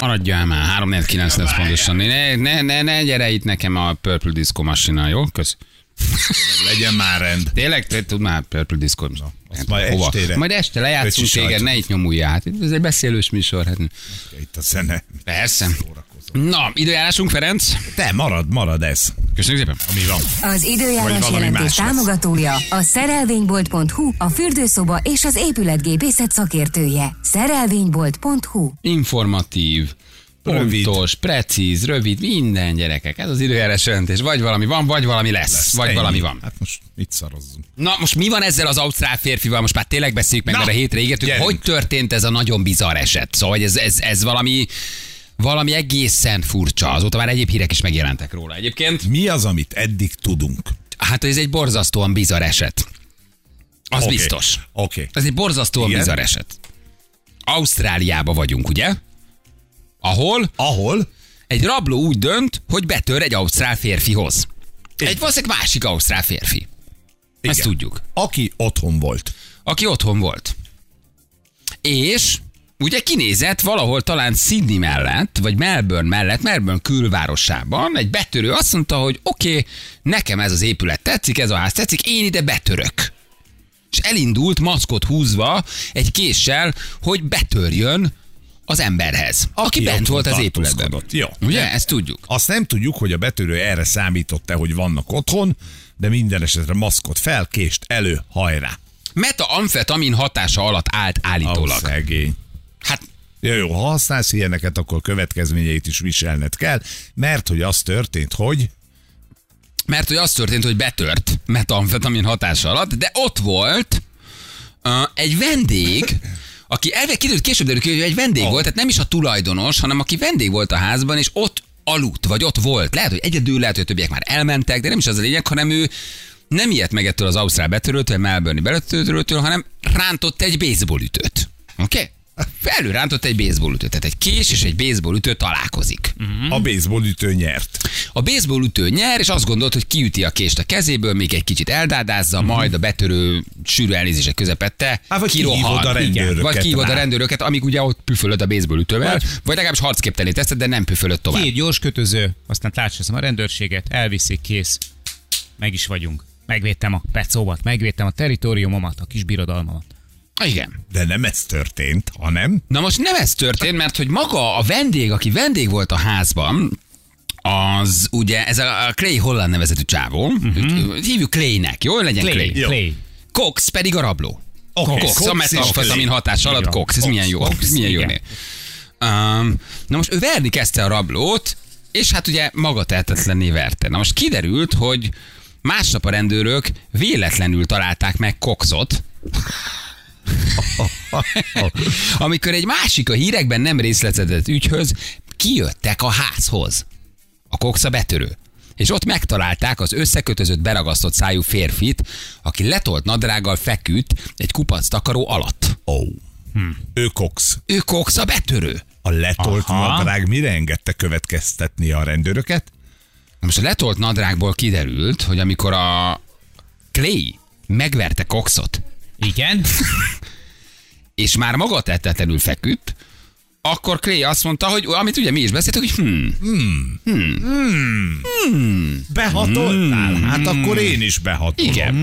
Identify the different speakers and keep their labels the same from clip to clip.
Speaker 1: Maradjál már, 3 4 9 lesz pontosan. Ne, ne, ne, ne, gyere itt nekem a Purple Disco Machine, jó? Kösz.
Speaker 2: Legyen már rend.
Speaker 1: Tényleg, te tud már Purple Disco Hát,
Speaker 2: Azt majd estére.
Speaker 1: Majd este lejátszunk
Speaker 2: Öcsi
Speaker 1: téged,
Speaker 2: sajtot.
Speaker 1: ne itt nyomulj át. Ez egy beszélős műsor. Hát.
Speaker 2: Itt a zene.
Speaker 1: Persze.
Speaker 2: Szórakozó.
Speaker 1: Na, időjárásunk, Ferenc.
Speaker 2: Te marad, marad ez,
Speaker 1: Köszönjük szépen.
Speaker 2: ami van.
Speaker 3: Az
Speaker 2: Vagy
Speaker 3: időjárás
Speaker 2: valami
Speaker 3: jelentés
Speaker 2: más lesz.
Speaker 3: támogatója a szerelvénybolt.hu, a fürdőszoba és az épületgépészet szakértője. Szerelvénybolt.hu
Speaker 1: Informatív,
Speaker 2: Rövid.
Speaker 1: pontos, precíz, rövid, minden gyerekek. Ez az időjárás jelentés. Vagy valami van, vagy valami lesz. lesz vagy
Speaker 2: Ennyi.
Speaker 1: valami van.
Speaker 2: Hát most itt szarozzunk.
Speaker 1: Na most mi van ezzel az ausztrál férfival? Most már tényleg beszéljük meg,
Speaker 2: Na,
Speaker 1: mert a hétre ígértük.
Speaker 2: gyerünk.
Speaker 1: Hogy történt ez a nagyon bizarr eset? Szóval hogy ez, ez, ez valami, valami egészen furcsa. Azóta már egyéb hírek is megjelentek róla egyébként.
Speaker 2: Mi az, amit eddig tudunk?
Speaker 1: Hát ez egy borzasztóan bizarr eset. Az
Speaker 2: Oké.
Speaker 1: biztos.
Speaker 2: Oké.
Speaker 1: Ez egy borzasztóan
Speaker 2: Igen.
Speaker 1: bizarr eset. Ausztráliába vagyunk, ugye? Ahol
Speaker 2: Ahol?
Speaker 1: egy rabló úgy dönt, hogy betör egy ausztrál férfihoz. Egy valószínűleg másik ausztrál férfi. Igen. Ezt
Speaker 2: Igen.
Speaker 1: tudjuk.
Speaker 2: Aki otthon volt.
Speaker 1: aki otthon volt. És ugye kinézett valahol talán Sydney mellett, vagy Melbourne mellett, Melbourne külvárosában egy betörő azt mondta, hogy oké, okay, nekem ez az épület tetszik, ez a ház tetszik, én ide betörök. És elindult maszkot húzva egy késsel, hogy betörjön az emberhez, aki, aki bent
Speaker 2: otthon
Speaker 1: volt az épületben.
Speaker 2: tartózkodott. Jó.
Speaker 1: Ugye, ezt tudjuk.
Speaker 2: Azt nem tudjuk, hogy a betörő erre számított-e, hogy vannak otthon, de minden esetre maszkot fel, kést elő, hajrá.
Speaker 1: Meta-amfetamin hatása alatt állt
Speaker 2: Ó,
Speaker 1: állítólag.
Speaker 2: szegény.
Speaker 1: Hát
Speaker 2: Jó, jó, ha használsz ilyeneket, akkor következményeit is viselned kell, mert hogy az történt, hogy
Speaker 1: Mert hogy az történt, hogy betört metamfetamin hatása alatt, de ott volt uh, egy vendég, aki elve kiderült később derül ki, hogy egy vendég
Speaker 2: Ah.
Speaker 1: volt, tehát nem is a tulajdonos, hanem aki vendég volt a házban, és ott aludt, vagy ott volt. Lehet, hogy egyedül, lehet, hogy a többiek már elmentek, de nem is az a lényeg, hanem ő nem ijedt meg ettől az ausztrál betörőtől, Melbourne betörőtől, hanem rántott egy baseballütőt. Oké? Okay? Felülrántott egy baseballütőt, tehát egy kés és egy baseballütő találkozik.
Speaker 2: mm. a baseball ütő nyert.
Speaker 1: A baseball ütő nyer, és azt gondolt, hogy kiüti a kést a kezéből, még egy kicsit eldádázza, majd a betörő sűrű elnézések közepette
Speaker 2: Mhm. Hát, vagy
Speaker 1: kirohan.
Speaker 2: kihívod a
Speaker 1: Igen,
Speaker 2: rendőröket hát.
Speaker 1: Vagy kihívod a
Speaker 2: már.
Speaker 1: rendőröket, amíg ugye ott püfölöd a baseball ütővel, vagy, vagy legalábbis harcképtelé teszed, de nem püfölöd tovább.
Speaker 4: Két gyors kötöző, aztán tárcsázom a rendőrséget, elviszik, kész. Meg is vagyunk. Megvédtem a pecómat, megvédtem a teritoriumomat, a kis birodalmamat.
Speaker 1: Igen.
Speaker 2: De nem ez történt, hanem
Speaker 1: Na most nem ez történt, mert hogy maga a vendég, aki vendég volt a házban, az ugye, ez a a Clay Holland nevezetű csávó,
Speaker 2: Mhm.
Speaker 1: uh-huh. hívjuk Claynek, jó? Legyen Clay.
Speaker 4: Play,
Speaker 1: Clay.
Speaker 4: play.
Speaker 1: Cox pedig a rabló.
Speaker 2: Oké,
Speaker 1: Cox, Cox,
Speaker 2: Cox
Speaker 1: a
Speaker 2: és
Speaker 1: metamfetamin
Speaker 2: Clay.
Speaker 1: hatás alatt
Speaker 4: Így van.
Speaker 1: Cox, ez milyen jó,
Speaker 4: Cox,
Speaker 1: milyen jó
Speaker 4: igen.
Speaker 1: név. Um, na most ő verni kezdte a rablót, és hát ugye maga tehetetlenné verte. Na most kiderült, hogy másnap a rendőrök véletlenül találták meg Coxot, amikor egy másik a hírekben nem részletezett ügyhöz kijöttek a házhoz. A koksza betörő. És ott megtalálták az összekötözött, beragasztott szájú férfit, aki letolt nadrággal feküdt egy kupac takaró alatt.
Speaker 2: ó, oh.
Speaker 4: Hm.
Speaker 2: ő Cox.
Speaker 1: Ő koksza betörő.
Speaker 2: A letolt
Speaker 4: Aha.
Speaker 2: nadrág mire engedte következtetni a rendőröket?
Speaker 1: Na Most a letolt nadrágból kiderült, hogy amikor a Clay megverte Coxot,
Speaker 4: Igen?
Speaker 1: és már maga tettetlenül feküdt, akkor Clay azt mondta, hogy amit ugye mi is beszéltük, hogy hm,
Speaker 2: Behatoltál?
Speaker 4: Hmm.
Speaker 2: Hát akkor én is behatolom.
Speaker 1: igen.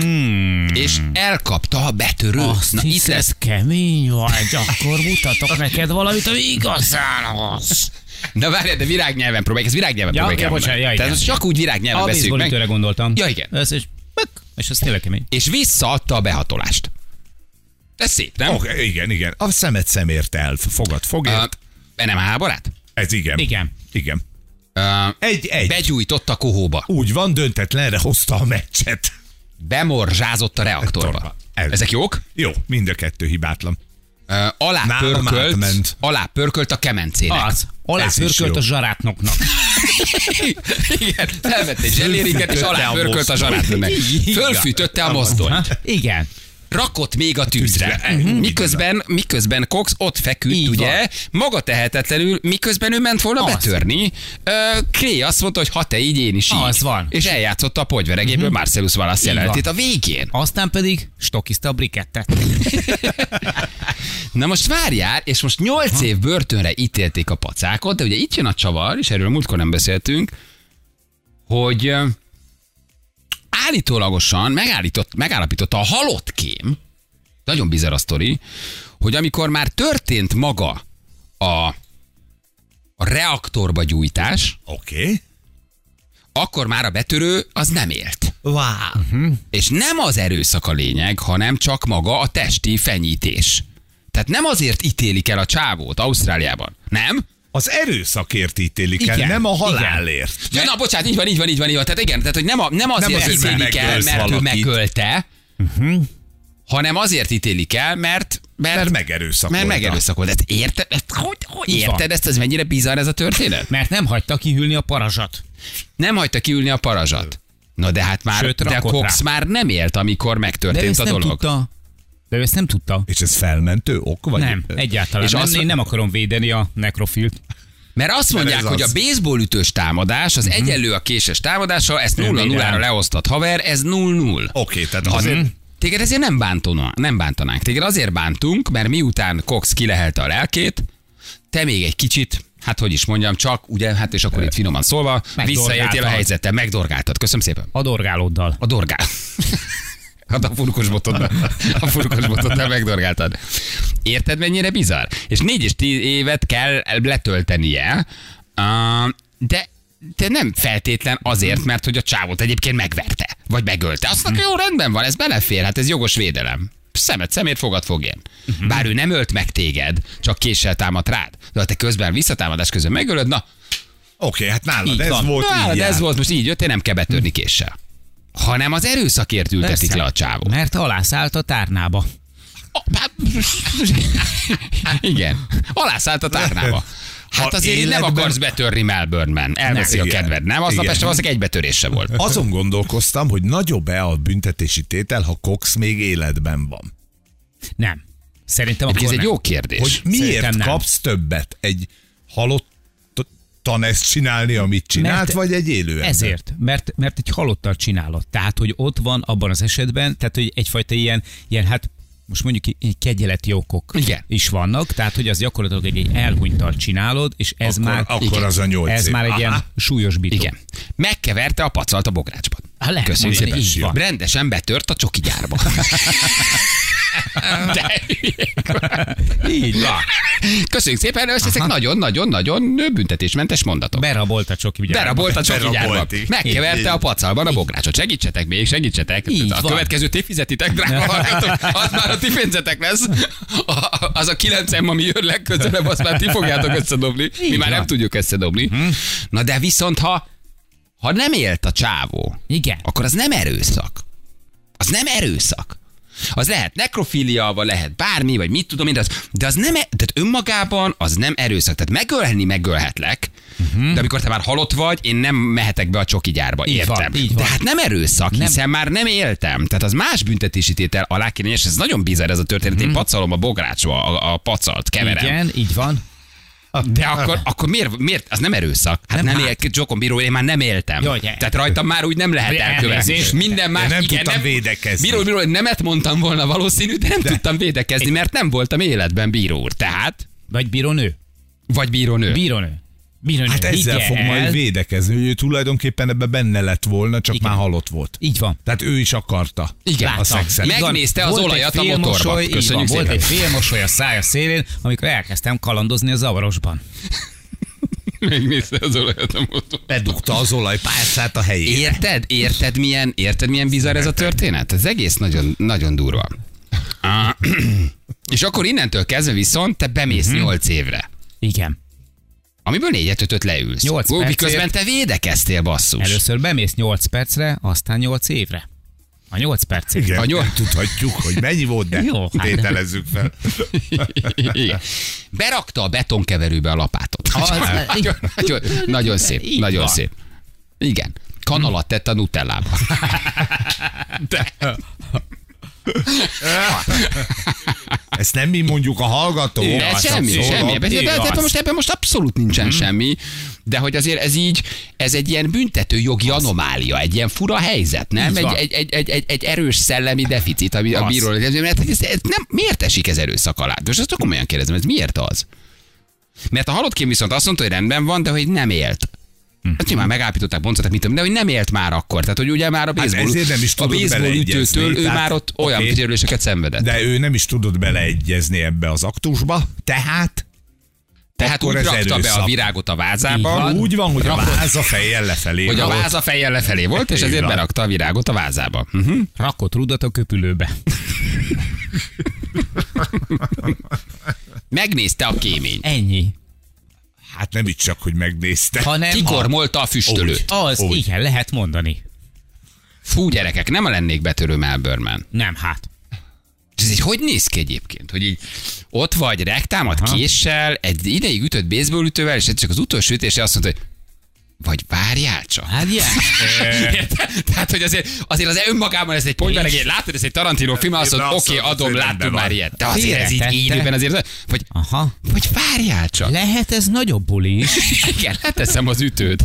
Speaker 1: És elkapta a betörő. Na itt lesz
Speaker 4: kemény vagy, akkor mutatok neked valamit, ami igazán az.
Speaker 1: Na várj, de virágnyelven próbáljuk, ez virágnyelven
Speaker 4: Ja,
Speaker 1: próbáljuk
Speaker 4: ja,
Speaker 1: elmondani.
Speaker 4: bocsánat, ja, igen.
Speaker 1: Tehát most csak úgy virágnyelven
Speaker 4: A
Speaker 1: beszéljük
Speaker 4: baseball
Speaker 1: meg.
Speaker 4: ütőre gondoltam.
Speaker 1: Ja, igen.
Speaker 4: Ez, és, és ez tényleg kemény.
Speaker 1: És visszaadta a behatolást. Ez szép,
Speaker 4: Oh,
Speaker 1: nem?
Speaker 2: Oké, igen, igen. A szemet szemért el, fogad fogért.
Speaker 1: Uh, NMH barát?
Speaker 2: Ez igen.
Speaker 4: Igen.
Speaker 2: Igen.
Speaker 1: Uh,
Speaker 2: Egy-egy.
Speaker 1: begyújtott a kohóba.
Speaker 2: Úgy van, döntetlenre hozta a meccset.
Speaker 1: Bemorzsázott a reaktorba.
Speaker 2: Torba. Ez.
Speaker 1: Ezek jók?
Speaker 2: Jó, mind a kettő hibátlan.
Speaker 1: Uh, alá,
Speaker 2: Nálam
Speaker 1: pörkölt,
Speaker 2: átment.
Speaker 1: alá pörkölt a kemencének.
Speaker 4: Az. Alá
Speaker 2: Ez is
Speaker 4: pörkölt
Speaker 2: jó.
Speaker 4: a zsarátnoknak.
Speaker 1: Igen, felvett egy zselérinket, és
Speaker 2: Fölfütötte
Speaker 1: alá
Speaker 2: a
Speaker 1: pörkölt a
Speaker 2: mosztonyt.
Speaker 1: zsarátlőnek.
Speaker 2: Igen.
Speaker 4: Hát.
Speaker 1: Fölfűtötte a mozdonyt.
Speaker 4: Igen.
Speaker 1: rakott még a tűzre.
Speaker 2: tűzre. Mhm.
Speaker 1: Miközben, miközben Cox ott feküdt, Így ugye, maga tehetetlenül, miközben ő ment volna
Speaker 4: Az.
Speaker 1: betörni. Ö, Kray azt mondta, hogy ha te így, én is így.
Speaker 4: Az van.
Speaker 1: És eljátszotta a pogyveregéből Marcellus Wallace
Speaker 4: Így van.
Speaker 1: jelenetét a végén.
Speaker 4: Aztán pedig stokizta a brikettet.
Speaker 1: Na most várjál, és most 8 év börtönre ítélték a pacákot, de ugye itt jön a csavar, és erről múltkor nem beszéltünk, hogy ö, állítólagosan megállított, megállapította a halott kém, nagyon bizarr a sztori, hogy amikor már történt maga a, a reaktorba gyújtás,
Speaker 2: Oké. Okay.
Speaker 1: akkor már a betörő az nem élt. Mhm.
Speaker 5: Wow.
Speaker 1: És nem az erőszak a lényeg, hanem csak maga a testi fenyítés. Tehát nem azért ítélik el a csávót Ausztráliában. Nem?
Speaker 2: Az erőszakért ítélik el,
Speaker 4: Igen,
Speaker 2: nem a
Speaker 4: igen.
Speaker 2: halálért.
Speaker 1: Ja, na, bocsánat, így van, így van, így van, így van. Tehát igen, tehát hogy nem, a, nem azért, nem
Speaker 2: azért,
Speaker 1: azért
Speaker 2: mert
Speaker 1: ítélik el,
Speaker 2: megölsz
Speaker 1: mert ő
Speaker 2: valakit.
Speaker 1: megölte, uh-huh.
Speaker 4: Mhm.
Speaker 1: hanem azért ítélik el, mert mert,
Speaker 2: Mert megerőszakolta.
Speaker 1: Mert megerőszakolt. Hát érted, ezt, hogy, hogy
Speaker 4: Így van.
Speaker 1: érted ezt, ez mennyire bizarr ez a történet?
Speaker 4: Mert nem hagyta kihűlni a parazsat.
Speaker 1: Nem hagyta kiülni a parazsat. Na de hát már,
Speaker 4: Sőt,
Speaker 1: de
Speaker 4: rakott
Speaker 1: Cox
Speaker 4: rá.
Speaker 1: már nem élt, amikor
Speaker 4: De ő
Speaker 1: megtörtént
Speaker 4: ezt
Speaker 1: a
Speaker 4: nem
Speaker 1: dolog.
Speaker 4: tudta. De ő ezt nem tudta.
Speaker 2: És ez felmentő ok? Vagy
Speaker 4: Nem, egyáltalán
Speaker 1: És
Speaker 4: és nem,
Speaker 1: azt-
Speaker 4: azt... én nem akarom védeni a nekrofilt.
Speaker 1: Mert azt mondják,
Speaker 2: ez
Speaker 1: hogy a
Speaker 2: az. Mhm.
Speaker 1: baseball ütős támadás az egyenlő a késes támadással, ezt 0-0-ra
Speaker 4: Remélem.
Speaker 1: leosztott haver, ez 0-0.
Speaker 2: Oké, tehát
Speaker 1: Ha
Speaker 2: azért...
Speaker 1: Téged ezért nem, bántona, nem bántanánk. Téged azért bántunk, mert miután Cox kilehelte a lelkét, te még egy kicsit, hát hogy is mondjam, csak, ugye, hát és akkor itt finoman szólva, visszaéltél a helyzettel, megdorgáltad. Köszönöm szépen.
Speaker 4: A dorgálóddal.
Speaker 1: A dorgál. Hát a furkos botodnál, a furkos botodnál megdorgáltad. Érted, mennyire bizarr? És négy és tíz évet kell letöltenie, Ám, de, de nem feltétlen azért, mert hogy a csávot egyébként megverte, vagy megölte. Azt mondja, jó, rendben van, ez belefér, hát ez jogos védelem. Szemet szemért fogad fogén. Bár ő nem ölt meg téged, csak késsel támadt rád. De ha te közben visszatámadás közben megölöd, na,
Speaker 2: Oké, hát nálad
Speaker 1: így
Speaker 2: ez
Speaker 1: van.
Speaker 2: volt,
Speaker 1: Na,
Speaker 2: így
Speaker 1: hát ez
Speaker 2: jár.
Speaker 1: volt, most így jött, én nem kell betörni késsel. Hanem az erőszakért ültetik
Speaker 4: Persze.
Speaker 1: le a csávót.
Speaker 4: Mert alászállt a tárnába.
Speaker 1: Oh, hát- Igen, alászállt a tárnába. Hát
Speaker 2: Ha
Speaker 1: azért életben... nem
Speaker 2: életben-
Speaker 1: akarsz betörni Melbourne-ben. Elveszi
Speaker 2: Nem.
Speaker 1: a
Speaker 2: Igen.
Speaker 1: kedved, nem? Aznap
Speaker 2: Igen.
Speaker 1: este valószínűleg egy betörés se volt.
Speaker 2: Azon gondolkoztam, hogy nagyobb-e a büntetési tétel, ha Cox még életben van.
Speaker 4: Nem. Szerintem
Speaker 1: Egyébként
Speaker 4: akkor
Speaker 1: Ez egy
Speaker 4: nem.
Speaker 1: jó kérdés.
Speaker 2: Hogy
Speaker 4: Szerintem
Speaker 2: miért
Speaker 4: nem.
Speaker 2: kapsz többet? Egy halott tan ezt csinálni, amit csinált,
Speaker 4: Mert-
Speaker 2: vagy egy élő ember?
Speaker 4: Ezért, mert, mert egy halottal csinálod. Tehát, hogy ott van abban az esetben, tehát, hogy egyfajta ilyen, ilyen hát most mondjuk i- i- kegyeleti okok
Speaker 1: Igen.
Speaker 4: is vannak, tehát, hogy az gyakorlatilag egy, egy elhunytal csinálod, és ez
Speaker 2: Akkor-
Speaker 4: már
Speaker 2: akkor az a nyolc
Speaker 4: ez
Speaker 2: év.
Speaker 4: már egy
Speaker 2: Aha.
Speaker 4: ilyen súlyos bitó.
Speaker 1: Igen. Megkeverte a pacalt a bográcsban.
Speaker 4: Hát lehet
Speaker 1: Köszönjük szépen.
Speaker 4: mondani,
Speaker 1: Így
Speaker 4: így
Speaker 1: van.
Speaker 4: van.
Speaker 1: Rendesen betört a csoki gyárba. De hülyék vagy.
Speaker 4: Így van.
Speaker 1: Köszönjük szépen, és ezek nagyon-nagyon-nagyon büntetésmentes mondatok.
Speaker 4: Berabolt a csoki gyárba.
Speaker 1: Berabolt a csoki
Speaker 2: Berabolti.
Speaker 1: gyárban. Megkeverte a pacalban a bográcsot. Segítsetek még, segítsetek.
Speaker 4: Így
Speaker 1: a
Speaker 4: van.
Speaker 1: következő ti fizetitek, drága hallgatók. Az már a ti pénzetek lesz. A- Az a kilenc M, ami jön legközelebb, azt már ti fogjátok összedobni. Mi
Speaker 4: Így
Speaker 1: már nem
Speaker 4: van.
Speaker 1: tudjuk összedobni. Na de viszont, ha ha nem élt a csávó,
Speaker 4: Igen.
Speaker 1: akkor az nem erőszak. Az nem erőszak. Az lehet nekrofilia, vagy lehet bármi, vagy mit tudom én, de az, de az nem, e- tehát önmagában az nem erőszak. Tehát megölni megölhetlek, uh-huh. de amikor te már halott vagy, én nem mehetek be a csoki gyárba.
Speaker 4: Mhm. Így
Speaker 1: értem.
Speaker 4: van, így
Speaker 1: de
Speaker 4: van.
Speaker 1: hát nem erőszak, nem. hiszen már nem éltem. Tehát az más büntetési tétel alá kéne, és ez nagyon bizarr ez a történet.
Speaker 4: Mhm.
Speaker 1: Én pacolom a bográcsba, a, a pacalt, keverem.
Speaker 4: Igen, így van.
Speaker 1: De akkor, akkor miért, miért? Az nem erőszak. Hát nem,
Speaker 4: Nem,
Speaker 1: nem
Speaker 4: hát.
Speaker 1: él, Jokon Bíró, én már nem éltem.
Speaker 4: Jaj, de-
Speaker 1: Tehát rajtam már úgy nem lehet
Speaker 4: De
Speaker 1: elkövetni.
Speaker 4: elnézést.
Speaker 1: Minden más,
Speaker 2: Én nem
Speaker 1: igen,
Speaker 2: tudtam védekezni.
Speaker 1: Bíró, bíró, én nemet mondtam volna valószínű, de nem de. tudtam védekezni, mert nem voltam életben bíró úr. Tehát,
Speaker 4: Vagy bírónő.
Speaker 1: vagy bírónő. Bí-
Speaker 4: Bírónő. Bírónő.
Speaker 2: Hát ezzel
Speaker 4: Higgy
Speaker 2: fog majd
Speaker 4: el.
Speaker 2: védekezni, hogy ő tulajdonképpen ebbe benne lett volna, csak
Speaker 4: Igen.
Speaker 2: már halott volt.
Speaker 4: Így van.
Speaker 2: Tehát ő is akarta
Speaker 1: Igen.
Speaker 2: a
Speaker 1: Láttam.
Speaker 2: szexet.
Speaker 1: Meg-
Speaker 4: Így van.
Speaker 1: Megnézte az
Speaker 4: Volt egy
Speaker 1: olajat a
Speaker 4: fél
Speaker 1: motorban.
Speaker 4: mosoly, így
Speaker 1: Köszönjük
Speaker 4: van, Volt
Speaker 1: szépen.
Speaker 4: egy fél mosoly a szája szélén, amikor elkezdtem kalandozni a zavarosban.
Speaker 1: Megnézte az olajat a motor.
Speaker 2: Bedugta az olajpálcát a helyére.
Speaker 1: Érted? Érted milyen, érted milyen bizarr ez a történet? Ez egész nagyon, nagyon durva. Ah, és akkor innentől kezdve viszont te bemész 8 évre.
Speaker 4: Igen.
Speaker 1: Amiből négyet ötöt leülsz.
Speaker 4: Nyolc
Speaker 1: Ó,
Speaker 4: percért.
Speaker 1: Miközben te védekeztél basszus.
Speaker 4: Először bemész 8 percre, aztán 8 évre. A 8 percig.
Speaker 2: Igen,
Speaker 1: A nyol-
Speaker 2: nem tudhatjuk, hogy mennyi volt, de
Speaker 4: Jó, hát.
Speaker 2: tételezzük fel.
Speaker 1: Igen. Berakta a betonkeverőbe a lapátot. nagyon, nagyon, nagyon szép,
Speaker 4: Így
Speaker 1: nagyon
Speaker 4: van.
Speaker 1: szép. Igen. Kanalat tett a nutellába. De.
Speaker 2: Ezt nem mi mondjuk a hallgató. Hát
Speaker 1: De ez semmi, semmi. Ebben, de, de, de most ebben most abszolút nincsen
Speaker 2: Mhm.
Speaker 1: hmm. semmi, de hogy azért ez így, ez egy ilyen büntető jogi anomália, egy ilyen fura helyzet, nem?
Speaker 2: Így
Speaker 1: Egy,
Speaker 2: van.
Speaker 1: egy, egy, egy, egy, egy, erős szellemi deficit, ami,
Speaker 4: Az.
Speaker 1: amiről, mert ez, ez nem, miért esik ez erőszak alá? Most azt komolyan kérdezem, ez miért az? Mert a halott kém viszont azt mondta, hogy rendben van, de hogy nem élt.
Speaker 2: Hm.
Speaker 1: Hát nyilván megállapították, bontották, mit tudom, de hogy nem élt már akkor. Tehát, hogy ugye már a baseball,
Speaker 2: Hát ezért nem is
Speaker 1: a
Speaker 2: tudott
Speaker 1: baseball
Speaker 2: beleegyezni.
Speaker 1: ütőtől ő
Speaker 2: Tehát,
Speaker 1: már ott olyan
Speaker 2: oké.
Speaker 1: okay. sérüléseket szenvedett.
Speaker 2: De ő nem is tudott beleegyezni ebbe az aktusba, tehát
Speaker 1: Tehát
Speaker 2: akkor
Speaker 1: úgy
Speaker 2: ez
Speaker 1: rakta be
Speaker 2: erőszak.
Speaker 1: a virágot a
Speaker 2: így
Speaker 1: vázába,
Speaker 2: van, úgy van, hogy a
Speaker 1: rakott-
Speaker 2: váz a fejjel lefelé.
Speaker 1: hogy a
Speaker 2: volt.
Speaker 1: váz a fejjel lefelé volt, és
Speaker 2: Így
Speaker 1: ezért
Speaker 2: van.
Speaker 1: berakta a virágot a vázába. Mhm.
Speaker 4: Rakott rudat a köpülőbe.
Speaker 1: Megnézte a kémény.
Speaker 4: Ennyi.
Speaker 2: Hát nem itt csak, hogy megnézte.
Speaker 4: Hanem
Speaker 1: Kikormolta a füstölőt.
Speaker 4: az,
Speaker 2: Úgy.
Speaker 4: igen, lehet mondani.
Speaker 1: Fú, gyerekek, nem lennék betörő Melbourne-ben.
Speaker 4: Nem, hát.
Speaker 1: Ez így hogy néz ki egyébként? Hogy így ott vagy rektámat késsel, egy ideig ütött baseballütővel, és egyszer csak az utolsó ütésre azt mondta, hogy vagy várjál csak.
Speaker 4: Hát ilyen.
Speaker 1: Érted? Tehát, hogy azért, azért az önmagában ez egy pontberegény, látod, ez egy Tarantino film, azt
Speaker 2: Na,
Speaker 1: mondod,
Speaker 2: azt
Speaker 1: oké,
Speaker 2: mondod,
Speaker 1: adom,
Speaker 2: hogy rendben
Speaker 1: láttunk már
Speaker 2: van.
Speaker 1: ilyet. De azért ez így
Speaker 4: Félretette.
Speaker 1: élőben azért, vagy,
Speaker 4: Aha.
Speaker 1: vagy várjál csak.
Speaker 4: Lehet ez nagyobb buli is.
Speaker 1: Igen, leteszem az ütőt.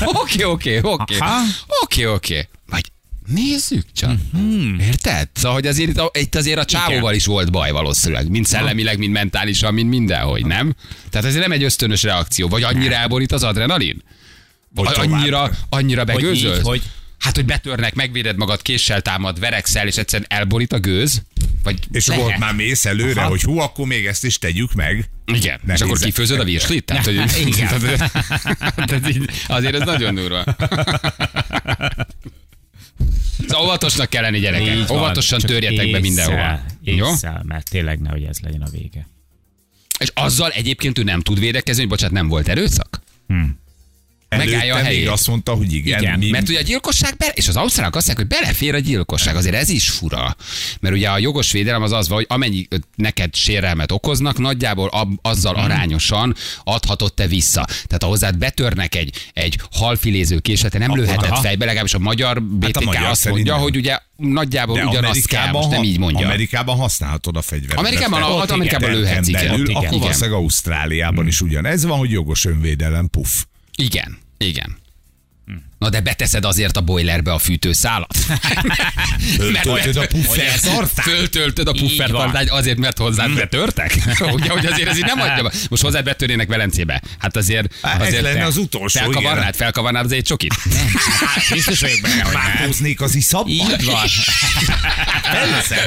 Speaker 1: Oké, oké, oké.
Speaker 4: Aha.
Speaker 1: Oké, oké. Vagy nézzük csak.
Speaker 4: Mhm.
Speaker 1: Érted? Szóval, hogy azért itt, a- itt azért a csávóval is volt baj valószínűleg, mind szellemileg, mind mentálisan, mind mindenhogy, nem? Tehát ez nem egy ösztönös reakció, vagy annyira elborít az adrenalin?
Speaker 2: Hogy
Speaker 1: A-
Speaker 2: tovább.
Speaker 1: annyira, annyira
Speaker 4: így,
Speaker 1: begőzöl?
Speaker 4: hogy-
Speaker 1: Hát, hogy betörnek, megvéded magad, késsel támad, verekszel, és egyszerűen elborít a gőz? Vagy
Speaker 2: És
Speaker 4: Lehet.
Speaker 2: akkor ott már mész előre,
Speaker 4: Aha.
Speaker 2: hogy hú, akkor még ezt is tegyük meg.
Speaker 1: Igen,
Speaker 2: Ne
Speaker 1: és akkor
Speaker 2: nézzek.
Speaker 1: kifőzöd a virslit? Tehát, hogy,
Speaker 4: Igen.
Speaker 1: Tehát, tehát így, azért ez nagyon durva. Szóval óvatosnak kell lenni gyerekek.
Speaker 4: Így van,
Speaker 1: Óvatosan
Speaker 4: csak
Speaker 1: törjetek be
Speaker 4: észszel,
Speaker 1: mindenhol. Jó?
Speaker 4: Észszel, mert tényleg nehogy ez legyen a vége.
Speaker 1: És azzal egyébként ő nem tud védekezni, hogy bocsánat, nem volt erőszak? Megállja
Speaker 2: Előtte
Speaker 1: a helyét.
Speaker 2: még azt mondta, hogy igen,
Speaker 4: Igen,
Speaker 2: mi,
Speaker 1: Mert ugye a gyilkosság, bele, és az ausztrálok azt mondják, hogy belefér a gyilkosság, azért ez is fura. Mert ugye a jogos védelem az az, van, hogy amennyi ö, neked sérelmet okoznak, nagyjából ab, azzal arányosan adhatod te vissza. Tehát ha hozzád betörnek egy, egy halfiléző késsel, te nem lőheted fejbe, legalábbis a magyar BTK hát a magyar
Speaker 2: magyar
Speaker 1: azt mondja,
Speaker 2: szerintem.
Speaker 1: hogy ugye nagyjából
Speaker 2: de
Speaker 1: ugyanazt kell, most nem így mondja.
Speaker 2: Amerikában használhatod a fegyvert.
Speaker 1: Amerikában,
Speaker 2: Tehát
Speaker 1: a-
Speaker 2: ott
Speaker 1: ott Amerikában
Speaker 2: igen,
Speaker 1: lőhetsz,
Speaker 2: belül,
Speaker 1: igen. Ott igen.
Speaker 2: Akkor
Speaker 1: Igen.
Speaker 2: valószínűleg Ausztráliában is ugyanez van, hogy jogos önvédelem, puff.
Speaker 1: Igen, igen. Na de beteszed azért a boilerbe a fűtőszálat.
Speaker 2: Föltöltöd a puffer
Speaker 1: tartályt. Föltöltöd a puffer
Speaker 4: Így van. Hm.
Speaker 1: tartályt azért, mert hozzád betörtek? Ugye, hogy azért ez így nem adja. be. Most hozzád betörnének Velencébe. Hát azért,
Speaker 2: Hát ez
Speaker 1: azért
Speaker 2: lenne az utolsó,
Speaker 1: Felkavarnád,
Speaker 2: igen.
Speaker 1: felkavarnád az egy csokit.
Speaker 4: hát Biztos vagyok benne, hogy nem.
Speaker 2: Márkóznék az iszapban?
Speaker 4: Így van.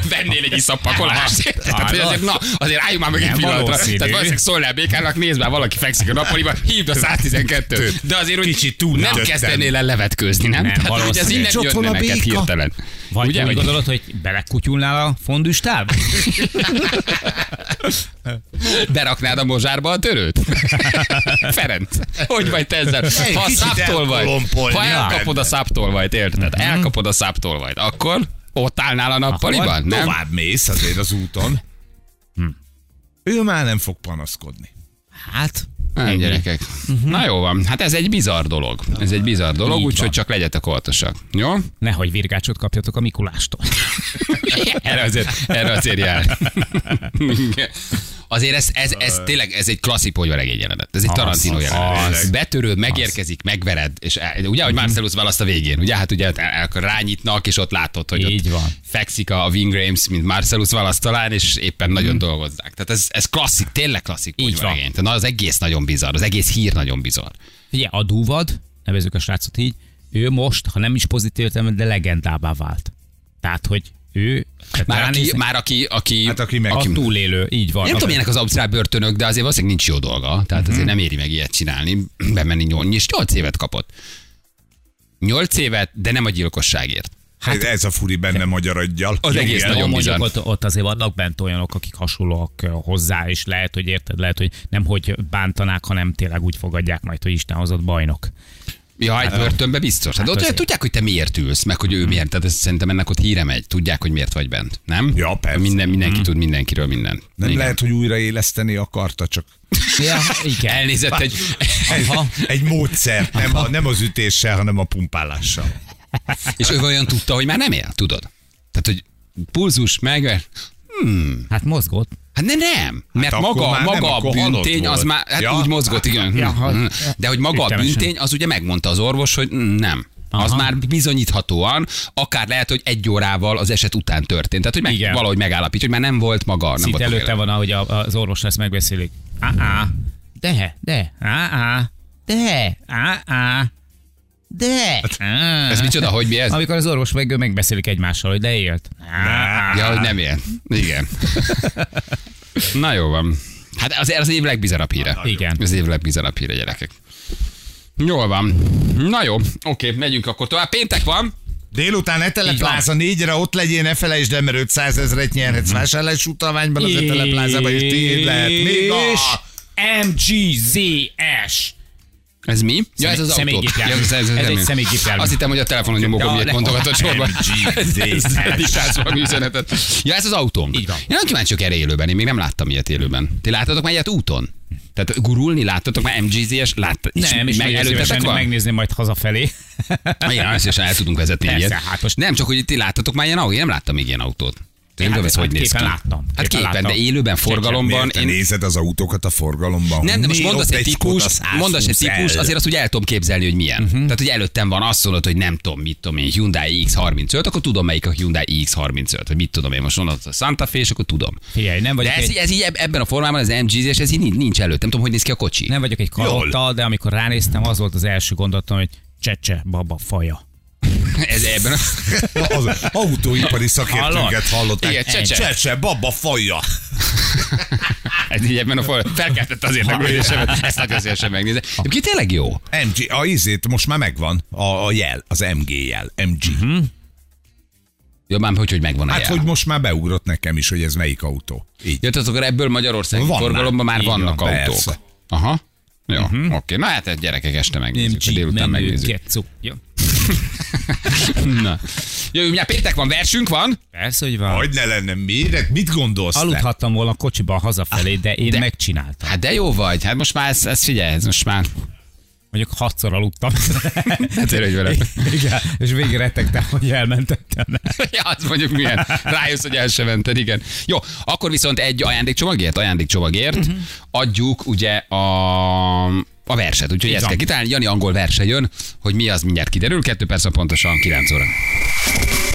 Speaker 1: Vennél egy iszappakolást. Tehát, hogy azért, na, azért álljunk már meg egy
Speaker 4: Hát, Nem
Speaker 1: pillanatra.
Speaker 4: valószínű.
Speaker 1: Tehát valószínűleg szólnál békának, nézd már, valaki fekszik a nappaliban, hívd a 112
Speaker 2: Tőt.
Speaker 1: De azért, hogy
Speaker 2: Kicsit túl
Speaker 1: nem
Speaker 2: ütöttem.
Speaker 1: kezdenél el levetkőzni, nem?
Speaker 4: Nem,
Speaker 1: Tehát, hogy ez
Speaker 4: valószínű.
Speaker 1: így nem
Speaker 2: Nincs
Speaker 1: jönne
Speaker 2: otthon a
Speaker 1: neked
Speaker 2: béka.
Speaker 1: hirtelen.
Speaker 4: Vagy Ugye, úgy
Speaker 1: hogy-
Speaker 4: gondolod, hogy belekutyulnál a fondűstába?
Speaker 1: Beraknád a mozsárba a törőt? Ferenc, hogy vagy te ezzel? Ha a
Speaker 2: kicsit
Speaker 1: száptolvajt,
Speaker 2: elkolompolni,
Speaker 1: ha
Speaker 2: nem?
Speaker 1: elkapod a száptolvajt, érted? Elkapod a száptolvajt, akkor ott állnál a nappaliban,
Speaker 2: Vagy
Speaker 1: nem?
Speaker 2: Tovább mész azért az úton. Hm. Ő már nem fog panaszkodni.
Speaker 4: Hát,
Speaker 1: Nem, gyerekek. Na jó van, hát ez egy bizarr dolog. Ez egy bizarr dolog,
Speaker 4: Így
Speaker 1: úgyhogy
Speaker 4: van.
Speaker 1: csak legyetek óvatosak. Jó?
Speaker 4: nehogy virgácsot kapjatok a Mikulástól.
Speaker 1: Erre azért, erre azért jár. Igen. Azért ez, ez, ez, tényleg ez egy klasszik ponyvaregény jelenet. Ez egy Tarantino
Speaker 4: az,
Speaker 1: jelenet. Betörő, megérkezik, megvered, és el, ugye, hogy Marcellus választ a végén, ugye, hát ugye el, el, rányitnak, és ott látod, hogy
Speaker 4: Így
Speaker 1: ott
Speaker 4: van.
Speaker 1: fekszik a Wing Rames, mint Marcellus választ talán, és éppen nagyon dolgozzák. Tehát ez, ez klasszik, tényleg klasszik
Speaker 4: Így
Speaker 1: ponyvaregény. Tehát na, az egész nagyon bizarr, az egész hír nagyon bizarr.
Speaker 4: Ugye, a dúvad, nevezzük a srácot így, ő most, ha nem is pozitív értelemben, de legendábbá vált. Tehát, hogy ő... tehát
Speaker 1: Már aki,
Speaker 4: ránéznek-
Speaker 1: már aki, aki,
Speaker 2: Hát aki meg-
Speaker 4: a túlélő, így van.
Speaker 1: Nem
Speaker 4: A-
Speaker 1: tudom, ilyenek az ausztrál börtönök, de azért valószínűleg nincs jó dolga. Tehát azért nem éri meg ilyet csinálni, bemenni nyolc, és nyolc évet kapott. Nyolc évet, de nem a gyilkosságért.
Speaker 2: Hát ez a furi benne magyar aggyal.
Speaker 1: Az egész
Speaker 2: Igen.
Speaker 1: nagyon
Speaker 4: Nagyon mondjuk
Speaker 1: bizony.
Speaker 4: ott, ott azért vannak bent olyanok, akik hasonlóak ö, hozzá, és lehet, hogy érted, lehet, hogy nem hogy bántanák, hanem tényleg úgy fogadják majd, hogy Isten hozott bajnok.
Speaker 1: Ja, egy börtönbe biztos. Hát
Speaker 4: Hát
Speaker 1: ott
Speaker 4: azért.
Speaker 1: tudják, hogy te miért ülsz, meg hogy
Speaker 2: Mhm.
Speaker 1: ő miért. Tehát ez, szerintem ennek ott híre megy. Tudják, hogy miért vagy bent. Nem?
Speaker 2: Ja, persze. Mhm.
Speaker 1: Minden, mindenki tud mindenkiről mindent.
Speaker 2: Nem
Speaker 1: Igen.
Speaker 2: lehet, hogy újraéleszteni akarta, csak
Speaker 4: Ja, igen.
Speaker 1: Elnézett Hát egy...
Speaker 2: egy, egy módszer, nem, a, nem az ütéssel, hanem a pumpálással.
Speaker 1: És ő olyan tudta, hogy már nem él, tudod? Tehát, hogy pulzus, megver. Hm.
Speaker 4: Hát mozgott.
Speaker 1: Hát ne, nem, mert
Speaker 2: akkor
Speaker 1: maga,
Speaker 2: már nem,
Speaker 1: maga a
Speaker 2: akkor halott
Speaker 1: büntény az
Speaker 2: volt.
Speaker 1: már, hát
Speaker 2: Ja.
Speaker 1: úgy mozgott, igen.
Speaker 4: Ja, ha-
Speaker 1: Mhm. De hogy maga a
Speaker 4: Ütemesen.
Speaker 1: büntény, az ugye megmondta az orvos, hogy mm, nem. Az
Speaker 4: Aha.
Speaker 1: már bizonyíthatóan, akár lehet, hogy egy órával az eset után történt. Tehát, hogy meg,
Speaker 4: Igen.
Speaker 1: valahogy megállapítja, hogy már nem volt maga. Nem
Speaker 4: Itt
Speaker 1: volt
Speaker 4: előtte
Speaker 1: maga.
Speaker 4: van, ahogy a, az orvos ezt megbeszélik. Á, de, de, á, á, de, á, á, de. á.
Speaker 1: Ez micsoda, hogy mi ez?
Speaker 4: Amikor az orvos meg megbeszélik egymással, hogy de élt. Á, á.
Speaker 1: Ja, hogy nem ilyen. Igen. Na jó van. Hát az, az év legbizarabb híre.
Speaker 4: Hát, Igen.
Speaker 1: Az év legbizarabb híre, gyerekek. Jól van. Na jó, oké, megyünk akkor tovább. Péntek van.
Speaker 2: Délután Etelepláza négyre ott legyél, ne felejtsd el, mert 500 ezeret nyerhetsz vásárlás utalványban az Eteleplázában, és tiéd lehet. Még a...
Speaker 4: És MGZS.
Speaker 1: Ez mi? Ja, ez az autó.
Speaker 4: személygépjármű.
Speaker 1: Ja,
Speaker 4: Ez egy
Speaker 1: személy.
Speaker 4: személygépjármű.
Speaker 1: Azt hittem, hogy a telefonon nyomogom,
Speaker 4: Ja,
Speaker 1: miért
Speaker 4: nem.
Speaker 1: mondogatod sorban.
Speaker 2: MGZS.
Speaker 1: Diktálsz valami üzenetet. Ja, ez az autóm.
Speaker 4: Így van.
Speaker 1: Én nagyon kíváncsi vagyok erre élőben, én még nem láttam ilyet élőben. Ti láttatok már ilyet úton? Tehát gurulni láttatok már MGZS? Látta,
Speaker 4: Nem, és meg előttetek van? megnézném majd hazafelé.
Speaker 1: Ah, Igen, azt is el tudunk vezetni
Speaker 4: Persze,
Speaker 1: ilyet.
Speaker 4: hát most-
Speaker 1: Nem, csak hogy ti láttatok már ilyen autót, én nem láttam még ilyen autót. Én
Speaker 4: Hát,
Speaker 1: tudom, ez
Speaker 4: hát
Speaker 1: hogy néz ki.
Speaker 4: képen láttam.
Speaker 1: Hát
Speaker 4: Képen
Speaker 1: képen, de
Speaker 4: láttam.
Speaker 1: élőben, forgalomban.
Speaker 2: Miért te
Speaker 1: Én
Speaker 2: nézed az autókat a forgalomban?
Speaker 1: nem, de most
Speaker 2: Mi
Speaker 1: mondasz
Speaker 2: ott
Speaker 1: egy
Speaker 2: Skoda
Speaker 1: típus,
Speaker 2: 120
Speaker 1: mondasz egy típus,
Speaker 2: el?
Speaker 1: azért azt úgy el tudom képzelni, hogy milyen. Uh-huh. Tehát, hogy előttem van, azt mondod, hogy nem tudom, mit tudom én, Hyundai X35, akkor tudom, melyik a Hyundai X35, vagy mit tudom én, most mondod, a Santa Fe, és akkor tudom.
Speaker 4: Figyelj, nem
Speaker 1: De
Speaker 4: vagyok
Speaker 1: ez,
Speaker 4: egy,
Speaker 1: így- ez így eb- ebben a formában, az MG, és ez így nin- nincs előttem, nem tudom, hogy néz ki a kocsi.
Speaker 4: nem vagyok egy kalottal, de amikor ránéztem, az volt az első gondolatom, hogy csecse, baba, faja.
Speaker 1: Ez ebben a...
Speaker 2: Az autóipari szakértőket hallották.
Speaker 1: Igen, csecse.
Speaker 2: Csecse, baba, faja.
Speaker 1: Ez így ebben a for... Felkeltett az érdeklődésemet, ezt nagyon szívesen megnézem. Ki tényleg jó?
Speaker 2: MG, a izét most már megvan, a, a jel, az MG jel, MG. Uh-huh.
Speaker 1: Jó, már hogy, hogy megvan a
Speaker 2: Hát,
Speaker 1: Mhm. jel.
Speaker 2: hogy most már beugrott nekem is, hogy ez melyik autó. Így.
Speaker 1: Ja, tehát akkor ebből Magyarországi
Speaker 2: Van
Speaker 1: van forgalomban már
Speaker 2: már. Így
Speaker 1: vannak
Speaker 2: van,
Speaker 1: autók.
Speaker 2: persze. Mhm.
Speaker 1: Aha. Jó, uh-huh. oké. Na hát ezt gyerekek este megnézzük, MG, délután megnézzük.
Speaker 4: Getszó. Ja.
Speaker 1: Na. Jó, ugye péntek van, versünk van.
Speaker 4: Persze, hogy van.
Speaker 2: Hogy ne lenne, mire? Mit gondolsz te?
Speaker 4: Aludhattam volna a kocsiban hazafelé, de én
Speaker 1: De-
Speaker 4: de. megcsináltam.
Speaker 1: Hát de jó vagy, hát most már ez, ez figyelj, ez most már.
Speaker 4: Mondjuk hatszor aludtam.
Speaker 1: Ne törődj Hát vele.
Speaker 4: Igen, és végig rettegtem, hogy elmentettem.
Speaker 1: ja, az mondjuk milyen. Rájössz, hogy el sem mented, igen. Jó, akkor viszont egy ajándékcsomagért, ajándékcsomagért
Speaker 2: Mhm.
Speaker 1: uh-huh. adjuk ugye a a verset, úgyhogy ezt
Speaker 4: van.
Speaker 1: kell kitalálni. Jani angol verse jön, hogy mi az mindjárt kiderül. Kettő perc van pontosan, 9 óra.